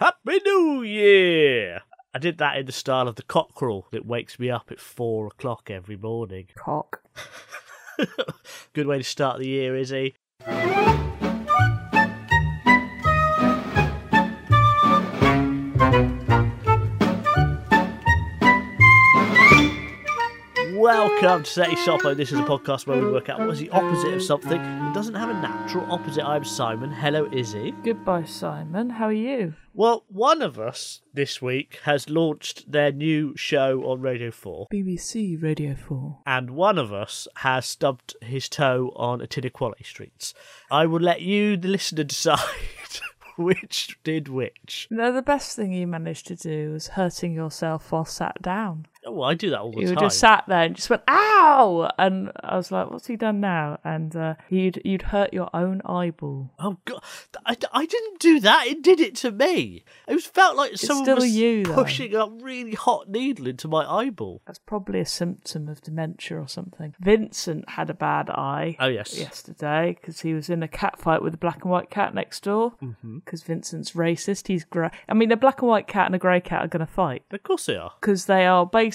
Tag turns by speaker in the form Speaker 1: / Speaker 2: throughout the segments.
Speaker 1: Happy New Year! I did that in the style of the cockerel that wakes me up at four o'clock every morning.
Speaker 2: Cock.
Speaker 1: Good way to start the year, Izzy. Welcome to Seti Sopo. This is a podcast where we work out what is the opposite of something that doesn't have a natural opposite. I'm Simon. Hello, Izzy.
Speaker 2: Goodbye, Simon. How are you?
Speaker 1: Well, one of us this week has launched their new show on Radio 4,
Speaker 2: BBC Radio 4.
Speaker 1: and one of us has stubbed his toe on Atinaquale Streets. I will let you, the listener, decide which did which.
Speaker 2: No, the best thing you managed to do was hurting yourself while sat down.
Speaker 1: Oh, I do that all the
Speaker 2: you
Speaker 1: time.
Speaker 2: just sat there and just went, ow! And I was like, what's he done now? And uh, you'd, you'd hurt your own eyeball.
Speaker 1: Oh god, I, I didn't do that. It did it to me. It was felt like someone
Speaker 2: still
Speaker 1: was
Speaker 2: you, though.
Speaker 1: pushing a really hot needle into my eyeball.
Speaker 2: That's probably a symptom of dementia or something. Vincent had a bad eye.
Speaker 1: Oh, yes.
Speaker 2: Yesterday, because he was in a cat fight with a black and white cat next door. Because Vincent's racist. He's grey. I mean, a black and white cat and a grey cat are going to fight.
Speaker 1: Of course they are.
Speaker 2: because they are basically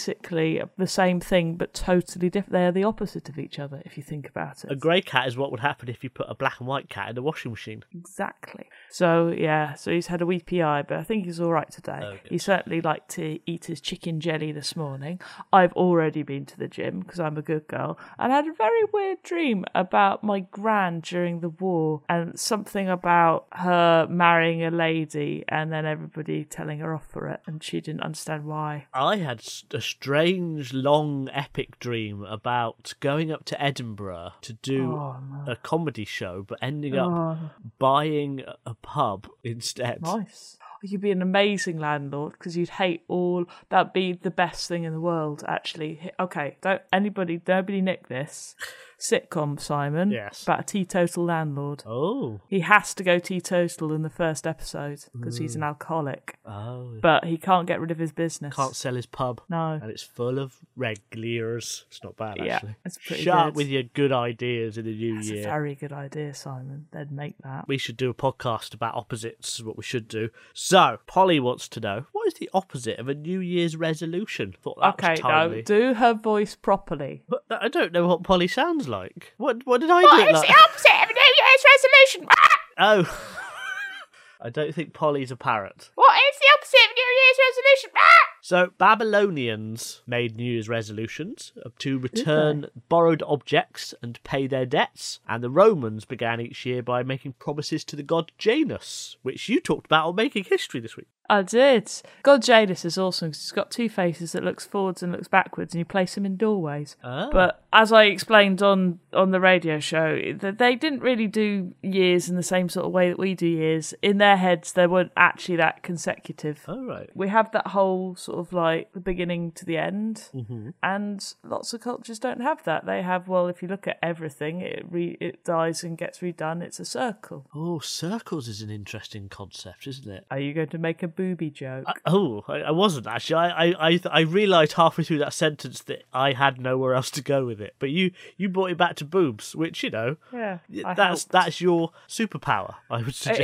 Speaker 2: the same thing but totally different. They are the opposite of each other if you think about it.
Speaker 1: A grey cat is what would happen if you put a black and white cat in the washing machine.
Speaker 2: exactly. So yeah, so he's had a weepy eye, but I think he's all right today. He certainly liked to eat his chicken jelly this morning. I've already been to the gym because I'm a good girl, and I had a very weird dream about my gran during the war and something about her marrying a lady and then everybody telling her off for it, and she didn't understand why.
Speaker 1: I had s- a strange, long, epic dream about going up to Edinburgh to do
Speaker 2: Oh,
Speaker 1: a comedy show, but ending up buying a- a pub instead.
Speaker 2: Nice. Oh, You'd be an amazing landlord because you'd hate all. That'd be the best thing in the world, actually. H- Okay, don't anybody, nobody nick this sitcom, Simon.
Speaker 1: Yes.
Speaker 2: About a teetotal landlord.
Speaker 1: Oh,
Speaker 2: He has to go teetotal in the first episode because he's
Speaker 1: Mm.
Speaker 2: an alcoholic,
Speaker 1: oh,
Speaker 2: but he can't get rid of his business.
Speaker 1: can't sell his pub.
Speaker 2: No.
Speaker 1: and it's full of regulars. It's not bad
Speaker 2: Yeah,
Speaker 1: actually.
Speaker 2: it's pretty
Speaker 1: Shut up
Speaker 2: good.
Speaker 1: with your good ideas in the new
Speaker 2: That's
Speaker 1: year.
Speaker 2: a very good idea, Simon. They'd make that.
Speaker 1: we should do a podcast about opposites. is What we should do. So Polly wants to know what is the opposite of a New Year's resolution? Thought that
Speaker 2: Okay,
Speaker 1: was
Speaker 2: no,
Speaker 1: timely.
Speaker 2: do her voice properly.
Speaker 1: but I don't know what Polly sounds like. What what did I do? it
Speaker 2: What is
Speaker 1: like?
Speaker 2: the opposite of a New Year's resolution?
Speaker 1: Oh. I don't think Polly's a parrot.
Speaker 2: What is the opposite of a New Year's resolution?
Speaker 1: So, Babylonians made New Year's resolutions to return borrowed objects and pay their debts. And the Romans began each year by making promises to the god Janus, which you talked about on Making History this week.
Speaker 2: I did. God Jadis is awesome because it's got two faces that looks forwards and looks backwards, and you place them in doorways.
Speaker 1: Ah.
Speaker 2: But as I explained on on the radio show, th- they didn't really do years in the same sort of way that we do years. In their heads, they weren't actually that consecutive.
Speaker 1: All right.
Speaker 2: We have that whole sort of like the beginning to the end,
Speaker 1: Mm-hmm.
Speaker 2: and lots of cultures don't have that. They have well, if you look at everything, it re- it dies and gets redone. It's a circle.
Speaker 1: Oh, circles is an interesting concept, isn't it?
Speaker 2: Are you going to make a booby joke?
Speaker 1: I, oh, I, I wasn't actually. I, I, I, I realised halfway through that sentence that I had nowhere else to go with it. But you, you brought it back to boobs, which you know,
Speaker 2: yeah, I
Speaker 1: that's
Speaker 2: helped.
Speaker 1: that's your superpower. I would suggest.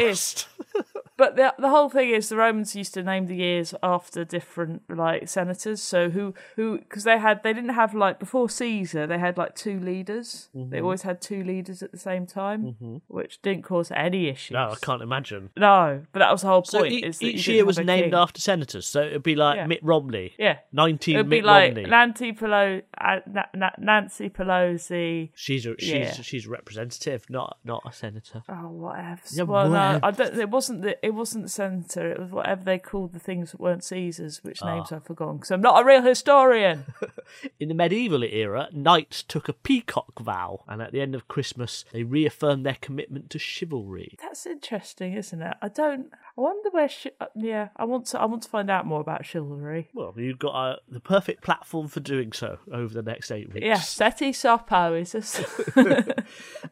Speaker 2: is. But the the whole thing is the Romans used to name the years after different like senators. So who who because they had they didn't have like before Caesar they had like two leaders.
Speaker 1: Mm-hmm.
Speaker 2: They always had two leaders at the same time, which didn't cause any issues.
Speaker 1: No, I can't imagine.
Speaker 2: No, but that was the whole
Speaker 1: So
Speaker 2: point.
Speaker 1: e-
Speaker 2: is that you
Speaker 1: each
Speaker 2: didn't
Speaker 1: year
Speaker 2: have
Speaker 1: was
Speaker 2: a
Speaker 1: named
Speaker 2: king.
Speaker 1: after senators, so it'd be like
Speaker 2: Yeah.
Speaker 1: Mitt Romney.
Speaker 2: Yeah.
Speaker 1: nineteen
Speaker 2: It'd be
Speaker 1: Mitt
Speaker 2: like
Speaker 1: Romney.
Speaker 2: Nancy Pelosi, uh, Na- Na- Nancy Pelosi.
Speaker 1: she's a she's
Speaker 2: Yeah.
Speaker 1: she's a representative, not not a senator.
Speaker 2: Oh, whatever.
Speaker 1: Yeah,
Speaker 2: well, no,
Speaker 1: whatevs.
Speaker 2: I don't. It wasn't the. It wasn't centre. It was whatever they called the things that weren't Caesars, which names I've forgotten because I'm not a real historian.
Speaker 1: In the medieval era, knights took a peacock vow, and at the end of Christmas, they reaffirmed their commitment to chivalry.
Speaker 2: That's interesting, isn't it? I don't. I wonder where. Sh- uh, yeah, I want to. I want to find out more about chivalry.
Speaker 1: Well, you've got uh, the perfect platform for doing so over the next eight weeks.
Speaker 2: Yeah, Seti Sopo is this.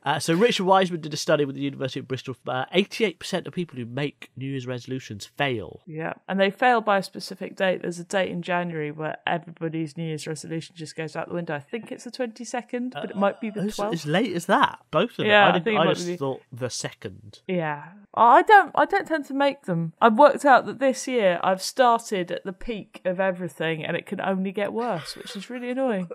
Speaker 1: Uh, so Richard Wiseman did a study with the University of Bristol. Uh, 88% of people who make New Year's resolutions fail.
Speaker 2: yeah, and they fail by a specific date. There's a date in January where everybody's New Year's resolution just goes out the window. I think it's the 22nd, but Uh, it might be the
Speaker 1: As,
Speaker 2: 12th.
Speaker 1: as late as that, both of them.
Speaker 2: Yeah,
Speaker 1: I,
Speaker 2: I
Speaker 1: didn't-
Speaker 2: think it
Speaker 1: I
Speaker 2: might
Speaker 1: just
Speaker 2: be-
Speaker 1: thought the second.
Speaker 2: Yeah, I don't. I don't tend to make them. I've worked out that this year I've started at the peak of everything, and it can only get worse, which is really annoying.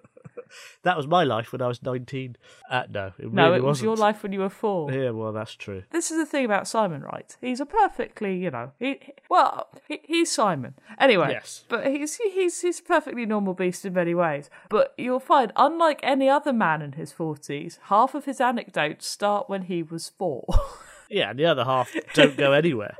Speaker 1: That was my life when I was 19. Uh, no, it
Speaker 2: No,
Speaker 1: really
Speaker 2: it was
Speaker 1: wasn't.
Speaker 2: your life when you were four.
Speaker 1: Yeah, well, that's true.
Speaker 2: This is the thing about Simon, right? He's a perfectly, you know, he well, he, he's Simon anyway.
Speaker 1: Yes.
Speaker 2: but he's he's he's a perfectly normal beast in many ways. But you'll find, unlike any other man in his forties, half of his anecdotes start when he was four.
Speaker 1: Yeah, and the other half don't go anywhere.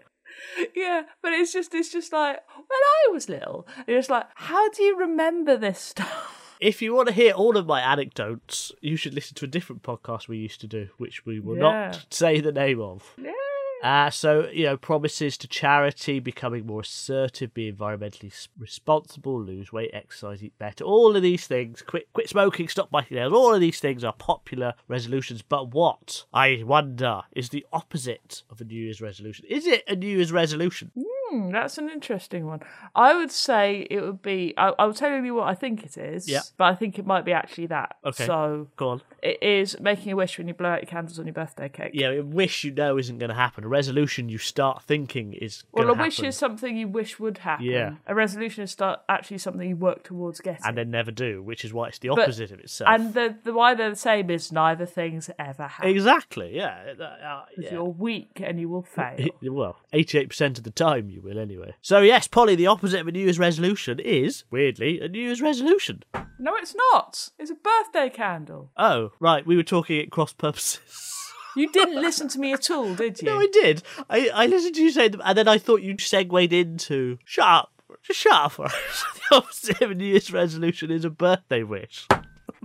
Speaker 2: yeah, but it's just it's just like when I was little, it's like, how do you remember this stuff?
Speaker 1: If you want to hear all of my anecdotes, you should listen to a different podcast we used to do, which we will
Speaker 2: Yeah.
Speaker 1: not say the name of. Uh, so, you know, promises to charity, becoming more assertive, be environmentally s- responsible, lose weight, exercise, eat better. All of these things, quit, quit smoking, stop biting nails, all of these things are popular resolutions. But what, I wonder, is the opposite of a New Year's resolution? Is it a New Year's resolution?
Speaker 2: Hmm, that's an interesting one. I would say it would be. I, I'll tell you what I think it is.
Speaker 1: Yeah.
Speaker 2: But I think it might be actually that.
Speaker 1: Okay.
Speaker 2: So
Speaker 1: Go on.
Speaker 2: it is making a wish when you blow out your candles on your birthday cake.
Speaker 1: You know, a wish you know isn't going to happen. A resolution you start thinking is going
Speaker 2: Well, a
Speaker 1: to happen.
Speaker 2: wish is something you wish would happen.
Speaker 1: Yeah.
Speaker 2: A resolution is start actually something you work towards getting.
Speaker 1: and then never do, which is why it's the opposite of itself.
Speaker 2: And the, the why they're the same is neither things ever happen.
Speaker 1: exactly, yeah. Uh, uh, yeah.
Speaker 2: You're weak and you will fail.
Speaker 1: Well, 88% of the time you will anyway. So, yes, Polly, the opposite of a New Year's resolution is, weirdly, a New Year's resolution.
Speaker 2: no, it's not. It's a birthday candle.
Speaker 1: Oh, right, we were talking at cross purposes.
Speaker 2: You didn't listen to me at all, did you?
Speaker 1: no, I did. I, I listened to you say them, and then I thought you'd segued into, shut up, just shut up. alright?" the opposite of a New Year's resolution is a birthday wish.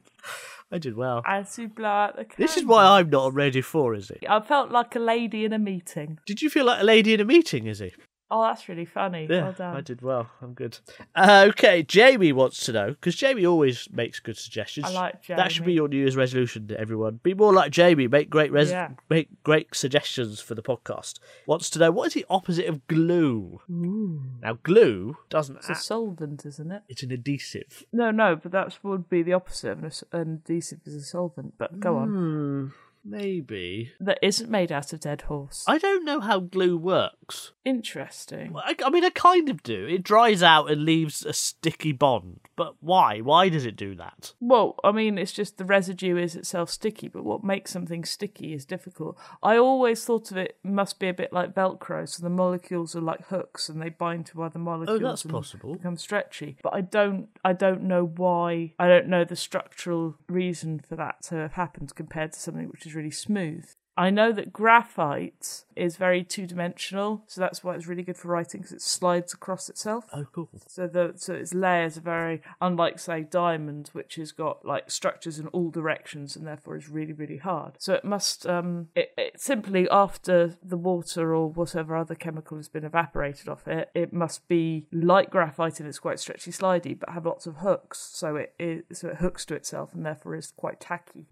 Speaker 1: I did well.
Speaker 2: As you blow out the candle.
Speaker 1: This is why I'm not on Radio 4, is it?
Speaker 2: I felt like a lady in a meeting.
Speaker 1: Did you feel like a lady in a meeting, is he?
Speaker 2: Oh, that's really funny.
Speaker 1: Yeah,
Speaker 2: well done.
Speaker 1: I did well. I'm good. Uh, okay, Jamie wants to know because Jamie always makes good suggestions.
Speaker 2: I like
Speaker 1: That should be
Speaker 2: Jamie.
Speaker 1: your New Year's resolution, to everyone. Be more like Jamie. Make great res-
Speaker 2: Yeah.
Speaker 1: make great suggestions for the podcast. Wants to know what is the opposite of glue? Now, glue doesn't.
Speaker 2: It's a
Speaker 1: act-
Speaker 2: solvent, isn't it?
Speaker 1: it's an adhesive.
Speaker 2: No, no, but that would be the opposite. of an s- An adhesive is a solvent, but go on.
Speaker 1: Hmm, maybe.
Speaker 2: That isn't made out of dead horse.
Speaker 1: I don't know how glue works.
Speaker 2: Interesting.
Speaker 1: I, I mean, I kind of do. It dries out and leaves a sticky bond. But why? Why does it do that?
Speaker 2: Well, I mean, it's just the residue is itself sticky, but what makes something sticky is difficult. I always thought of it must be a bit like Velcro, so the molecules are like hooks and they bind to other molecules.
Speaker 1: Oh, that's
Speaker 2: and
Speaker 1: possible.
Speaker 2: Become stretchy, but I don't, I don't know why. I don't know the structural reason for that to have happened compared to something which is really smooth. I know that graphite is very two-dimensional, so that's why it's really good for writing because it slides across itself.
Speaker 1: Oh, cool.
Speaker 2: So the so its layers are very unlike say diamond, which has got like structures in all directions and therefore is really really hard. So it must um it, it simply after the water or whatever other chemical has been evaporated off it, it must be like graphite and it's quite stretchy slidey, but have lots of hooks. So it is so it hooks to itself and therefore is quite tacky,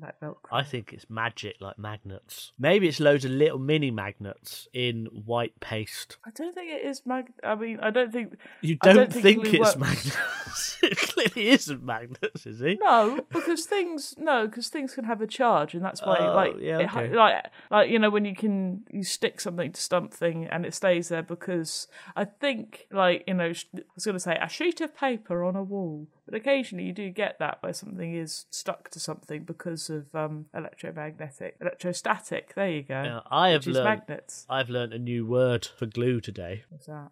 Speaker 2: like Velcro.
Speaker 1: I think it's magic, like magnets. Maybe it's loads of little mini magnets in white paste.
Speaker 2: I don't think it is mag. I mean, I don't think
Speaker 1: You
Speaker 2: I
Speaker 1: don't, think,
Speaker 2: glue
Speaker 1: it's
Speaker 2: works.
Speaker 1: magnets. it clearly isn't magnets, is it?
Speaker 2: No, because things no, because things can have a charge, and that's why
Speaker 1: Oh,
Speaker 2: like
Speaker 1: yeah,
Speaker 2: it hi-
Speaker 1: okay.
Speaker 2: like like you know when you can you stick something to something and it stays there because I think like you know sh- I was going to say a sheet of paper on a wall, but occasionally you do get that where something is stuck to something because of um electromagnetic electrostatic. There you go.
Speaker 1: Now, I have
Speaker 2: Which is
Speaker 1: learned.
Speaker 2: magnets.
Speaker 1: I've learned a new word for glue today.
Speaker 2: What's that?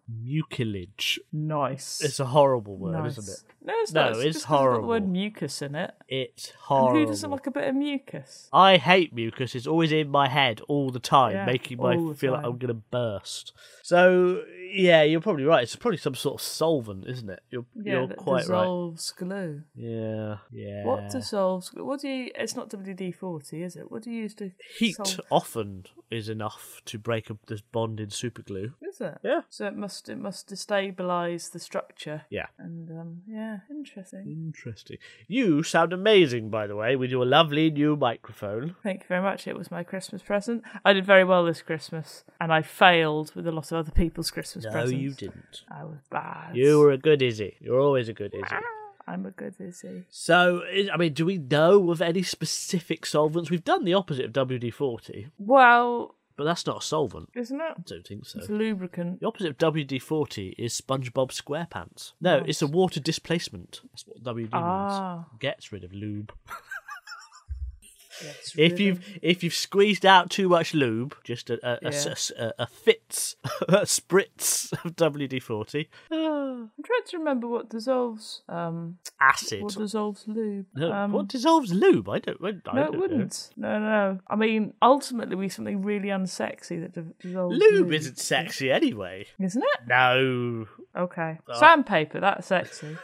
Speaker 1: Mucilage.
Speaker 2: Nice.
Speaker 1: It's a horrible word,
Speaker 2: nice.
Speaker 1: isn't it?
Speaker 2: No, it's
Speaker 1: No,
Speaker 2: not. It's,
Speaker 1: it's
Speaker 2: just 'cause Got the word
Speaker 1: horrible.
Speaker 2: mucus in it.
Speaker 1: It's
Speaker 2: And
Speaker 1: horrible.
Speaker 2: who doesn't like a bit of mucus?
Speaker 1: I hate mucus. It's always in my head all the time,
Speaker 2: Yeah,
Speaker 1: making my
Speaker 2: all the
Speaker 1: feel like
Speaker 2: time.
Speaker 1: I'm going to burst. So yeah, you're probably right. It's probably some sort of solvent, isn't it? You're you're
Speaker 2: that
Speaker 1: quite right.
Speaker 2: dissolves glue.
Speaker 1: Yeah, yeah.
Speaker 2: What dissolves? glue? What do you? It's not WD forty, is it? What do you use to
Speaker 1: Heat
Speaker 2: solve-
Speaker 1: often is enough to break up this bond in superglue.
Speaker 2: Is it?
Speaker 1: Yeah.
Speaker 2: So it must it must destabilize the structure.
Speaker 1: Yeah.
Speaker 2: And um, yeah,
Speaker 1: Mm.
Speaker 2: interesting.
Speaker 1: Interesting. You sound amazing, by the way, with your lovely new microphone.
Speaker 2: Thank you very much. It was my Christmas present. I did very well this Christmas, and I failed with a lot of other people's Christmas
Speaker 1: No,
Speaker 2: presents.
Speaker 1: you didn't.
Speaker 2: I was bad.
Speaker 1: You were a good Izzy. You're always a good Izzy.
Speaker 2: I'm a good Izzy.
Speaker 1: So, is- I mean, do we know of any specific solvents? We've done the opposite of WD 40.
Speaker 2: Well,
Speaker 1: But that's not a solvent.
Speaker 2: Isn't it?
Speaker 1: I don't think so.
Speaker 2: It's a lubricant.
Speaker 1: The opposite of WD 40 is SpongeBob SquarePants. No, it's a water displacement. That's what WD
Speaker 2: Ah.
Speaker 1: means. Gets rid of lube.
Speaker 2: Yes,
Speaker 1: If
Speaker 2: really.
Speaker 1: you've if you've squeezed out too much lube, just a a, a s- a
Speaker 2: Yeah.
Speaker 1: s- a- a fitz, a spritz of WD forty
Speaker 2: I'm trying to remember what dissolves. Um,
Speaker 1: acid.
Speaker 2: what dissolves lube?
Speaker 1: No,
Speaker 2: um,
Speaker 1: what dissolves lube? I don't. I
Speaker 2: no,
Speaker 1: don't
Speaker 2: it wouldn't. No, no. I mean, ultimately, we something really unsexy that di- dissolves.
Speaker 1: Know.
Speaker 2: Lube,
Speaker 1: Lube isn't sexy anyway.
Speaker 2: isn't it?
Speaker 1: No.
Speaker 2: Okay.
Speaker 1: Ah.
Speaker 2: Sandpaper, that's sexy.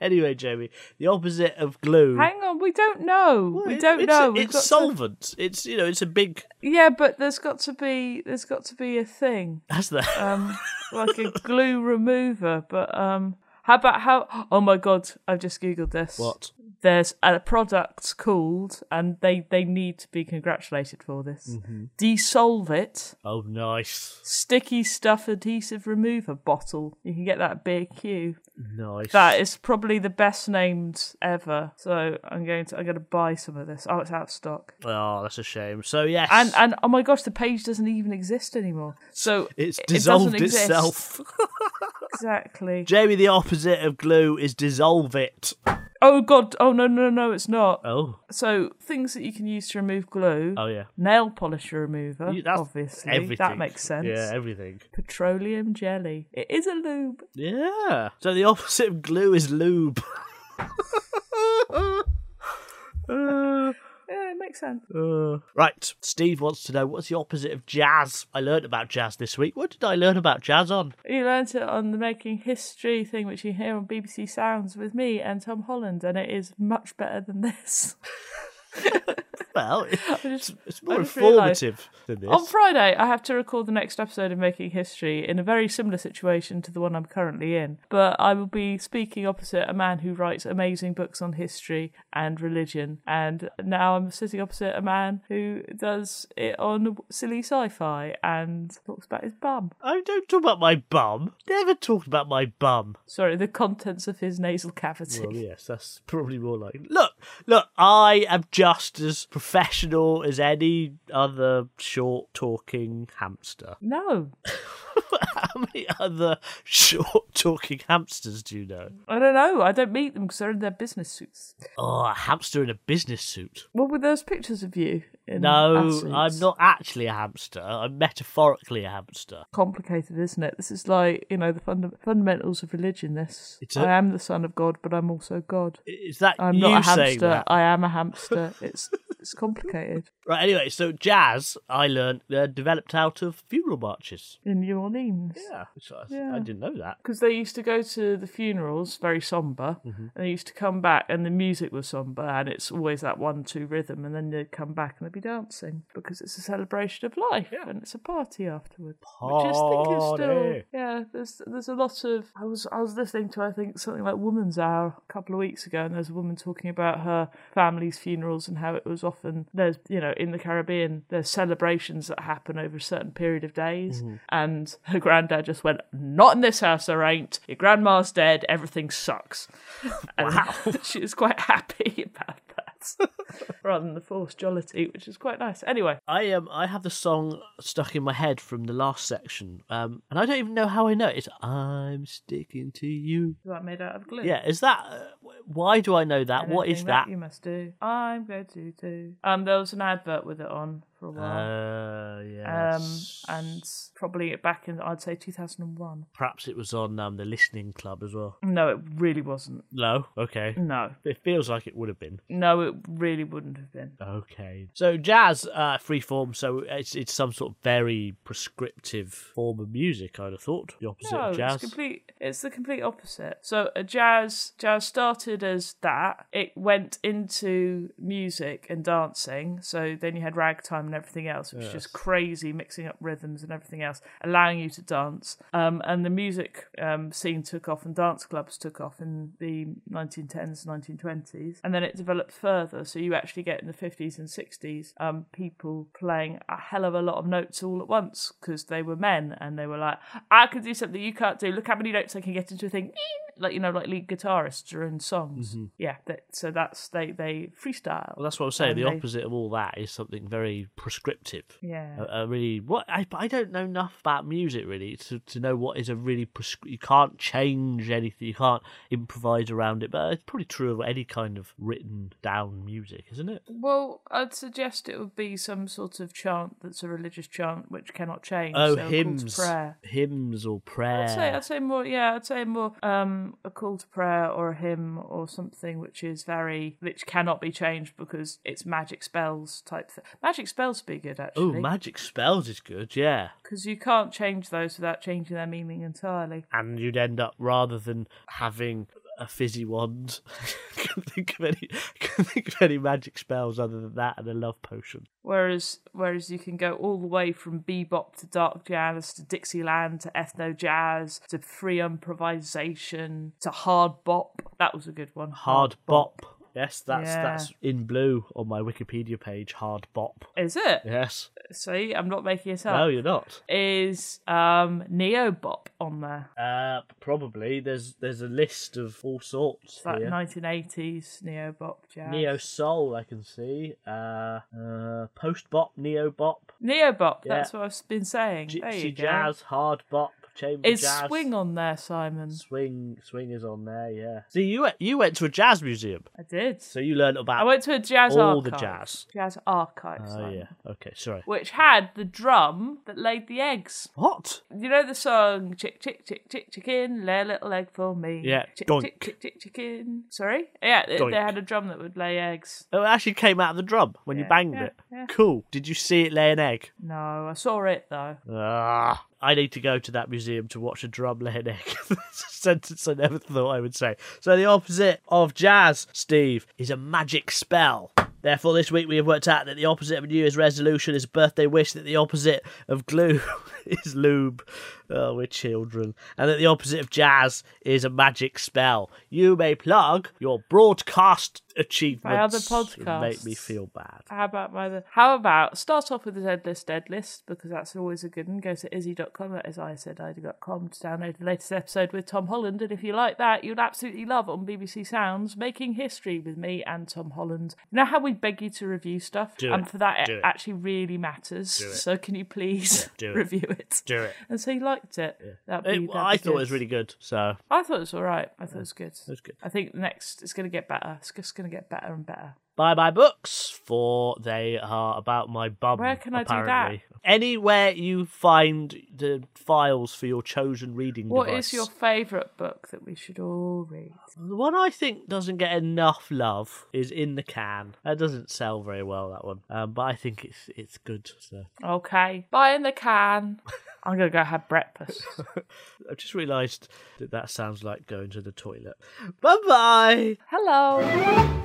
Speaker 1: anyway, Jamie, the opposite of glue.
Speaker 2: Hang on, we don't know. we
Speaker 1: It-
Speaker 2: don't
Speaker 1: it's
Speaker 2: know.
Speaker 1: A,
Speaker 2: We've
Speaker 1: it's
Speaker 2: got to-
Speaker 1: solvent. It's you know. It's a big.
Speaker 2: Yeah, but there's got to be there's got to be a thing,
Speaker 1: That's the.
Speaker 2: um, like a glue remover. But um, how about how? Oh my god, I've just googled this.
Speaker 1: what?
Speaker 2: There's a product called, and they they need to be congratulated for this.
Speaker 1: Mm-hmm.
Speaker 2: Desolve it,
Speaker 1: Oh, nice,
Speaker 2: sticky stuff adhesive remover bottle. You can get that at B Q.
Speaker 1: nice.
Speaker 2: That is probably the best named ever. So I'm going to I'm going to buy some of this. Oh, it's out of stock.
Speaker 1: Oh, that's a shame. So yes,
Speaker 2: And and oh my gosh, the page doesn't even exist anymore. So
Speaker 1: it's
Speaker 2: it
Speaker 1: dissolved
Speaker 2: doesn't exist.
Speaker 1: itself.
Speaker 2: Exactly.
Speaker 1: Jamie, the opposite of glue is dissolve it.
Speaker 2: Oh god. Oh no no no, it's not.
Speaker 1: Oh,
Speaker 2: So things that you can use to remove glue.
Speaker 1: oh yeah.
Speaker 2: Nail polish remover.
Speaker 1: You- that's
Speaker 2: obviously,
Speaker 1: Everything.
Speaker 2: that makes sense.
Speaker 1: Yeah, everything.
Speaker 2: Petroleum jelly. It is a lube.
Speaker 1: Yeah. So the opposite of glue is lube. Uh,
Speaker 2: Yeah, it makes sense.
Speaker 1: uh. Right. Steve wants to know what's the opposite of jazz. I learned about jazz this week. What did I learn about jazz on?
Speaker 2: You learnt it on the Making History thing, which you hear on BBC Sounds with me and Tom Holland, and it is much better than this.
Speaker 1: Well,
Speaker 2: I just-
Speaker 1: it's more
Speaker 2: I just realised-
Speaker 1: informative than this.
Speaker 2: On Friday, I have to record the next episode of Making History in a very similar situation to the one I'm currently in, but I will be speaking opposite a man who writes amazing books on history and religion, and now I'm sitting opposite a man who does it on silly sci fi and talks about his bum.
Speaker 1: I don't talk about my bum. Never talked about my bum.
Speaker 2: Sorry, the contents of his nasal cavity.
Speaker 1: Well, yes, that's probably more like. Look, look, I am just as professional as any other short talking hamster.
Speaker 2: No,
Speaker 1: How many other short talking hamsters do you know?
Speaker 2: I don't know. I don't meet them because they're in their business suits.
Speaker 1: Oh, a hamster in a business suit.
Speaker 2: What were those pictures of you? In
Speaker 1: No,
Speaker 2: ass Mm, suits?
Speaker 1: I'm not actually a hamster. I'm metaphorically a hamster.
Speaker 2: complicated, isn't it? This is like you know the funda- fundamentals of religion. This
Speaker 1: It's a-
Speaker 2: I am the son of God, but I'm also God.
Speaker 1: Is that
Speaker 2: I'm
Speaker 1: you
Speaker 2: not a
Speaker 1: saying
Speaker 2: hamster.
Speaker 1: that?
Speaker 2: I am a hamster. It's it's complicated
Speaker 1: Right. Anyway, so jazz, I learned, uh, developed out of funeral marches.
Speaker 2: in New Orleans.
Speaker 1: Yeah, which I, I
Speaker 2: Yeah.
Speaker 1: didn't know that.
Speaker 2: Because they used to go to the funerals, very somber, and they used to come back, and the music was somber, and it's always that one-two rhythm, and then they'd come back and they'd be dancing because it's a celebration of life and it's a party afterwards. Which I think is still
Speaker 1: Party.
Speaker 2: yeah. There's there's a lot of I was I was listening to I think something like Woman's Hour a couple of weeks ago, and there's a woman talking about her family's funerals and how it was often there's you know in the Caribbean there's celebrations that happen over a certain period of days, and her granddad just went not in this house there ain't your grandma's dead everything sucks. And she was quite happy about that. Rather than the forced jollity, which is quite nice. Anyway,
Speaker 1: I um I have the song stuck in my head from the last section, um, and I don't even know how I know it. It's I'm sticking to you.
Speaker 2: is that made out of glue?
Speaker 1: Yeah, is that? Uh, wh- why do I know that?
Speaker 2: And
Speaker 1: What is
Speaker 2: everything
Speaker 1: that?
Speaker 2: you must do? I'm going to do. Um, there was an advert with it on for a while.
Speaker 1: Uh, yeah.
Speaker 2: um, and probably back in I'd say 2001.
Speaker 1: perhaps it was on um the listening club as well.
Speaker 2: No, it really wasn't.
Speaker 1: No. Okay.
Speaker 2: No,
Speaker 1: It feels like it would have been.
Speaker 2: no, it really wouldn't have been.
Speaker 1: Okay. So jazz, uh, free form. So it's it's some sort of very prescriptive form of music. I'd have thought the opposite
Speaker 2: No,
Speaker 1: of jazz.
Speaker 2: it's complete. It's the complete opposite. So a jazz jazz started as that. It went into music and dancing. So then you had ragtime and everything else, which was just crazy, mixing up rhythms and everything else, allowing you to dance. Um, and the music um, scene took off, and dance clubs took off in the 1910s, 1920s, and then it developed further. So you actually get in the 50s and 60s um, people playing a hell of a lot of notes all at once because they were men and they were like, I can do something you can't do. Look how many notes I can get into a thing. like you know, like lead guitarists are in songs.
Speaker 1: Mm-hmm.
Speaker 2: Yeah, that, so that's they they freestyle.
Speaker 1: Well, that's what I'm saying. The
Speaker 2: they-
Speaker 1: opposite of all that is something very prescriptive.
Speaker 2: yeah,
Speaker 1: A, a really what I, I don't know enough about music really to, to know what is a really prescri- you can't change anything you can't improvise around it but it's probably true of any kind of written down music isn't it
Speaker 2: Well, I'd suggest it would be some sort of chant that's a religious chant which cannot change.
Speaker 1: oh
Speaker 2: so a call to
Speaker 1: hymns
Speaker 2: prayer.
Speaker 1: hymns or prayer
Speaker 2: I'd say I'd say more yeah I'd say more um a call to prayer or a hymn or something which is very which cannot be changed because it's magic spells type thing. Magic spells would be good
Speaker 1: oh
Speaker 2: actually
Speaker 1: magic spells is good yeah
Speaker 2: because you can't change those without changing their meaning entirely.
Speaker 1: and you'd end up rather than having a fizzy wand. I can't think of any. I can't think of any magic spells other than that and a love potion.
Speaker 2: Whereas whereas you can go all the way from bebop to dark jazz to Dixieland to ethno jazz to free improvisation to hard bop. That was a good one.
Speaker 1: Hard bop. Yes, that's
Speaker 2: Yeah.
Speaker 1: that's in blue on my Wikipedia page. Hard bop.
Speaker 2: Is it?
Speaker 1: Yes.
Speaker 2: See, I'm not making it
Speaker 1: No,
Speaker 2: up.
Speaker 1: you're not.
Speaker 2: Is um neo bop on there?
Speaker 1: Uh, probably there's there's a list of all sorts
Speaker 2: It's like
Speaker 1: here.
Speaker 2: 1980s neo bop jazz.
Speaker 1: Neo soul, I can see. Uh, uh, post bop, neo bop,
Speaker 2: neo bop.
Speaker 1: Yeah.
Speaker 2: That's what I've been saying. there you
Speaker 1: gypsy
Speaker 2: go.
Speaker 1: jazz, hard bop, chamber
Speaker 2: Is
Speaker 1: jazz.
Speaker 2: swing on there, Simon?
Speaker 1: Swing, swing is on there, yeah. See, you went, you went to a jazz museum,
Speaker 2: I did.
Speaker 1: so you learned
Speaker 2: I
Speaker 1: about
Speaker 2: went to a jazz
Speaker 1: all the
Speaker 2: archive.
Speaker 1: jazz.
Speaker 2: Jazz archive.
Speaker 1: Oh
Speaker 2: Simon.
Speaker 1: yeah, okay, sorry.
Speaker 2: which had the drum that laid the eggs.
Speaker 1: What?
Speaker 2: You know the song "Chick Chick Chick Chick Chicken, lay a little egg for me."
Speaker 1: Yeah,
Speaker 2: Chick
Speaker 1: doink.
Speaker 2: Chick Chick Chick Chicken. Sorry, yeah, they,
Speaker 1: Doink.
Speaker 2: they had a drum that would lay eggs.
Speaker 1: Oh, it actually came out of the drum when you
Speaker 2: Yeah,
Speaker 1: banged
Speaker 2: yeah,
Speaker 1: it.
Speaker 2: yeah.
Speaker 1: Cool. Did you see it lay an egg?
Speaker 2: No, I saw it though.
Speaker 1: Ah, I need to go to that museum to watch a drum lay an egg. That's a sentence I never thought I would say. So the opposite of jazz, Steve, is a magic spell. Therefore, this week we have worked out that the opposite of a New Year's resolution is a birthday wish, that the opposite of glue is lube. Oh, we're children. And that the opposite of jazz is a magic spell. You may plug your broadcast achievements.
Speaker 2: podcasts.
Speaker 1: Make me feel bad.
Speaker 2: How about my? other- How about start off with the dead list, dead list because that's always a good one. Go to izzy.com, that is I said com to download the latest episode with Tom Holland. And if you like that, you'll absolutely love on BBC Sounds making history with me and Tom Holland. You know how we beg you to review stuff,
Speaker 1: Do
Speaker 2: and
Speaker 1: it.
Speaker 2: for that
Speaker 1: Do
Speaker 2: it,
Speaker 1: it.
Speaker 2: actually really matters.
Speaker 1: it.
Speaker 2: So can you please
Speaker 1: do it.
Speaker 2: review it?
Speaker 1: Do it.
Speaker 2: And so you liked it. That'd be-
Speaker 1: It-
Speaker 2: that'd
Speaker 1: I thought
Speaker 2: be
Speaker 1: it
Speaker 2: good.
Speaker 1: was really good, so
Speaker 2: I thought it was all right. I thought it was good.
Speaker 1: that's good.
Speaker 2: I think next it's going to get better. It's just going to get better and better.
Speaker 1: buy my books for they are about my bum.
Speaker 2: Where can I do that?
Speaker 1: apparently. Anywhere you find the files for your chosen reading
Speaker 2: What
Speaker 1: device.
Speaker 2: is your favourite book that we should all read?
Speaker 1: The one I think doesn't get enough love is in the can. That doesn't sell very well. That one, um, but I think it's it's good. So.
Speaker 2: Okay, buy in the can. I'm gonna go have breakfast.
Speaker 1: I've just realised that that sounds like going to the toilet. Bye bye.
Speaker 2: Hello.